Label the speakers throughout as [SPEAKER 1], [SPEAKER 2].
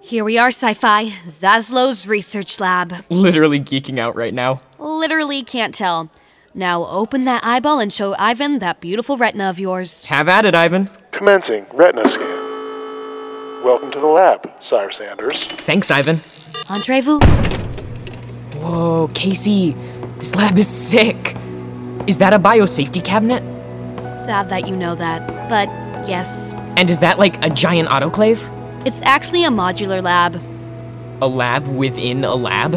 [SPEAKER 1] Here we are, sci fi. Zaslow's research lab.
[SPEAKER 2] Literally geeking out right now.
[SPEAKER 1] Literally can't tell. Now open that eyeball and show Ivan that beautiful retina of yours.
[SPEAKER 2] Have at it, Ivan.
[SPEAKER 3] Commencing retina scan. Welcome to the lab, Sire Sanders.
[SPEAKER 2] Thanks, Ivan.
[SPEAKER 1] Entrez vous.
[SPEAKER 2] Whoa, Casey, this lab is sick. Is that a biosafety cabinet?
[SPEAKER 1] Sad that you know that, but yes.
[SPEAKER 2] And is that like a giant autoclave?
[SPEAKER 1] It's actually a modular lab.
[SPEAKER 2] A lab within a lab?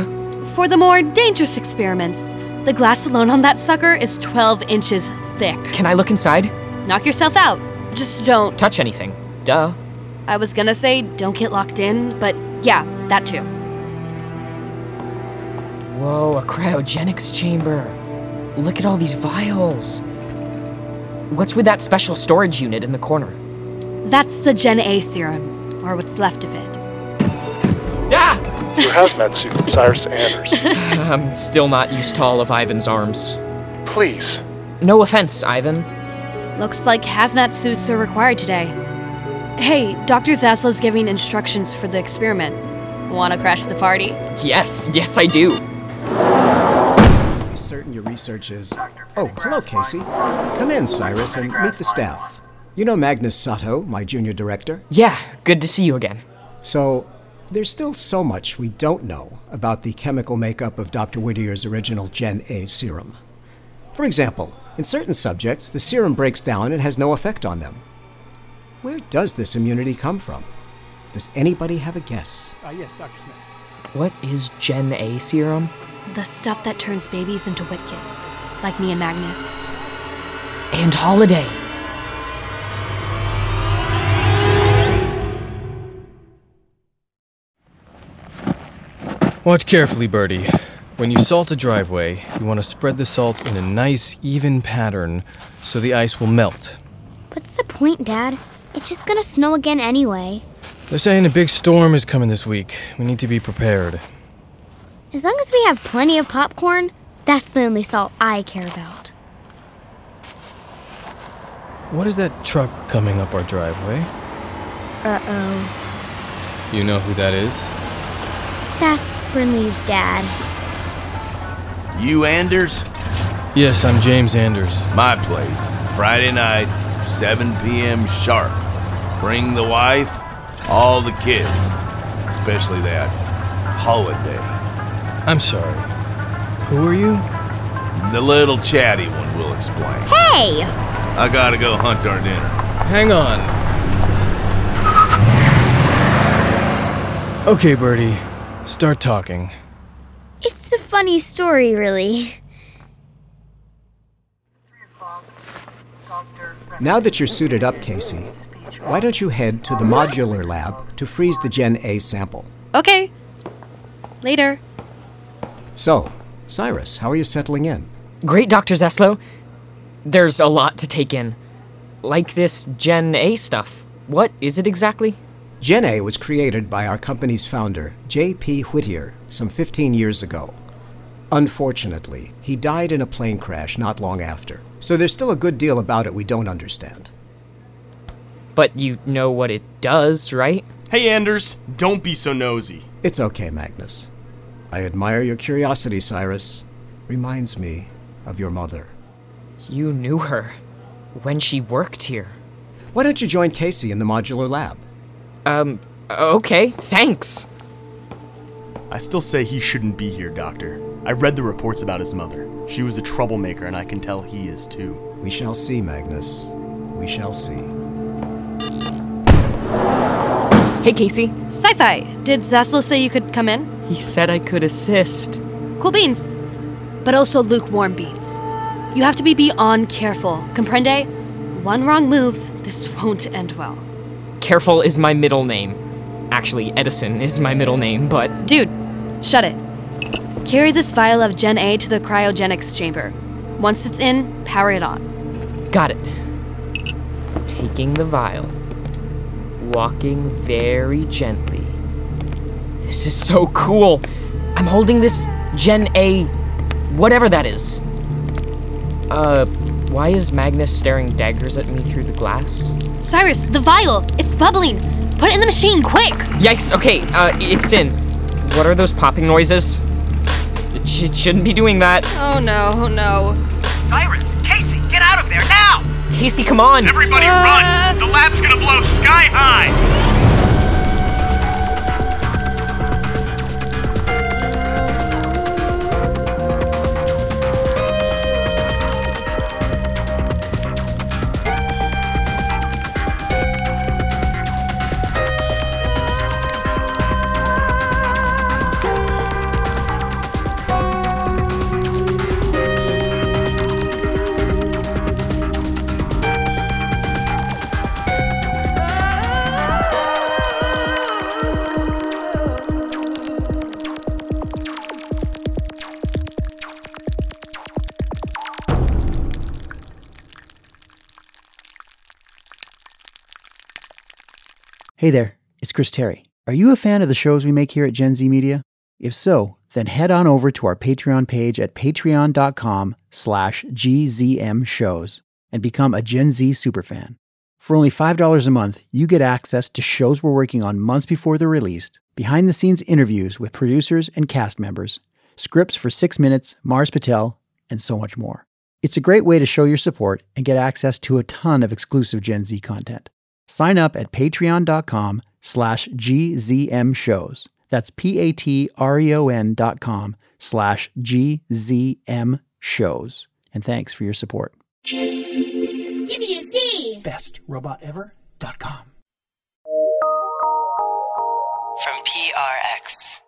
[SPEAKER 1] For the more dangerous experiments, the glass alone on that sucker is 12 inches thick.
[SPEAKER 2] Can I look inside?
[SPEAKER 1] Knock yourself out. Just don't.
[SPEAKER 2] Touch anything. Duh.
[SPEAKER 1] I was gonna say don't get locked in, but yeah, that too.
[SPEAKER 2] Whoa, a cryogenics chamber. Look at all these vials. What's with that special storage unit in the corner?
[SPEAKER 1] That's the Gen A serum, or what's left of it.
[SPEAKER 2] Ah!
[SPEAKER 3] Your hazmat suit, Sire Sanders.
[SPEAKER 2] I'm still not used to all of Ivan's arms.
[SPEAKER 3] Please,
[SPEAKER 2] No offense, Ivan.
[SPEAKER 1] Looks like hazmat suits are required today. Hey, Dr. Zaslow's giving instructions for the experiment. Wanna crash the party?
[SPEAKER 2] Yes, yes, I do.
[SPEAKER 4] certain your research is. Oh, hello, Casey. Come in, Cyrus, and meet the staff. You know Magnus Sato, my junior director?
[SPEAKER 2] Yeah, good to see you again.
[SPEAKER 4] So, there's still so much we don't know about the chemical makeup of Dr. Whittier's original Gen A serum. For example, in certain subjects, the serum breaks down and has no effect on them. Where does this immunity come from? Does anybody have a guess?
[SPEAKER 5] Uh, yes, Dr. Smith.
[SPEAKER 2] What is Gen A serum?
[SPEAKER 1] The stuff that turns babies into wet kids, like me and Magnus.
[SPEAKER 2] And Holiday.
[SPEAKER 6] Watch carefully, Birdie. When you salt a driveway, you want to spread the salt in a nice, even pattern so the ice will melt.
[SPEAKER 7] What's the point, Dad? It's just gonna snow again anyway.
[SPEAKER 6] They're saying a big storm is coming this week. We need to be prepared.
[SPEAKER 7] As long as we have plenty of popcorn, that's the only salt I care about.
[SPEAKER 6] What is that truck coming up our driveway?
[SPEAKER 7] Uh oh.
[SPEAKER 6] You know who that is?
[SPEAKER 7] That's Brinley's dad.
[SPEAKER 8] You Anders?
[SPEAKER 6] Yes, I'm James Anders.
[SPEAKER 8] My place. Friday night, 7 p.m. sharp. Bring the wife, all the kids, especially that holiday.
[SPEAKER 6] I'm sorry. Who are you?
[SPEAKER 8] The little chatty one will explain.
[SPEAKER 7] Hey!
[SPEAKER 8] I gotta go hunt our dinner.
[SPEAKER 6] Hang on. Okay, Birdie. Start talking.
[SPEAKER 7] It's a funny story, really.
[SPEAKER 4] Now that you're suited up, Casey, why don't you head to the modular lab to freeze the Gen A sample?
[SPEAKER 1] Okay. Later.
[SPEAKER 4] So, Cyrus, how are you settling in?
[SPEAKER 2] Great, Dr. Zeslow. There's a lot to take in. Like this Gen A stuff. What is it exactly?
[SPEAKER 4] Gen A was created by our company's founder, J.P. Whittier, some 15 years ago. Unfortunately, he died in a plane crash not long after, so there's still a good deal about it we don't understand.
[SPEAKER 2] But you know what it does, right?
[SPEAKER 5] Hey, Anders, don't be so nosy.
[SPEAKER 4] It's okay, Magnus. I admire your curiosity, Cyrus. Reminds me of your mother.
[SPEAKER 2] You knew her when she worked here.
[SPEAKER 4] Why don't you join Casey in the modular lab?
[SPEAKER 2] Um, okay, thanks.
[SPEAKER 5] I still say he shouldn't be here, Doctor. I read the reports about his mother. She was a troublemaker, and I can tell he is too.
[SPEAKER 4] We shall see, Magnus. We shall see.
[SPEAKER 2] Hey, Casey.
[SPEAKER 1] Sci fi, did Zaslow say you could come in?
[SPEAKER 2] He said I could assist.
[SPEAKER 1] Cool beans. But also lukewarm beans. You have to be beyond careful, comprende? One wrong move, this won't end well.
[SPEAKER 2] Careful is my middle name. Actually, Edison is my middle name, but
[SPEAKER 1] Dude, shut it. Carry this vial of Gen A to the cryogenics chamber. Once it's in, power it on.
[SPEAKER 2] got it. Taking the vial, walking very gently. This is so cool. I'm holding this Gen A, whatever that is. Uh, why is Magnus staring daggers at me through the glass?
[SPEAKER 1] Cyrus, the vial! It's bubbling! Put it in the machine, quick!
[SPEAKER 2] Yikes, okay, uh, it's in. What are those popping noises? It, sh- it shouldn't be doing that.
[SPEAKER 1] Oh no, oh no.
[SPEAKER 9] Cyrus, Casey, get out of there now!
[SPEAKER 2] Casey, come on!
[SPEAKER 9] Everybody
[SPEAKER 1] Ah.
[SPEAKER 9] run! The lab's gonna blow sky high!
[SPEAKER 10] Hey there, it's Chris Terry. Are you a fan of the shows we make here at Gen Z Media? If so, then head on over to our Patreon page at patreon.com slash gzm shows and become a Gen Z superfan. For only $5 a month, you get access to shows we're working on months before they're released, behind-the-scenes interviews with producers and cast members, scripts for 6 Minutes, Mars Patel, and so much more. It's a great way to show your support and get access to a ton of exclusive Gen Z content. Sign up at patreon.com slash gzm shows. That's p-a-t-r-e-o-n E dot com slash gzm shows. And thanks for your support.
[SPEAKER 7] Give me a C.
[SPEAKER 10] BestRobotEver.com.
[SPEAKER 11] From PRX.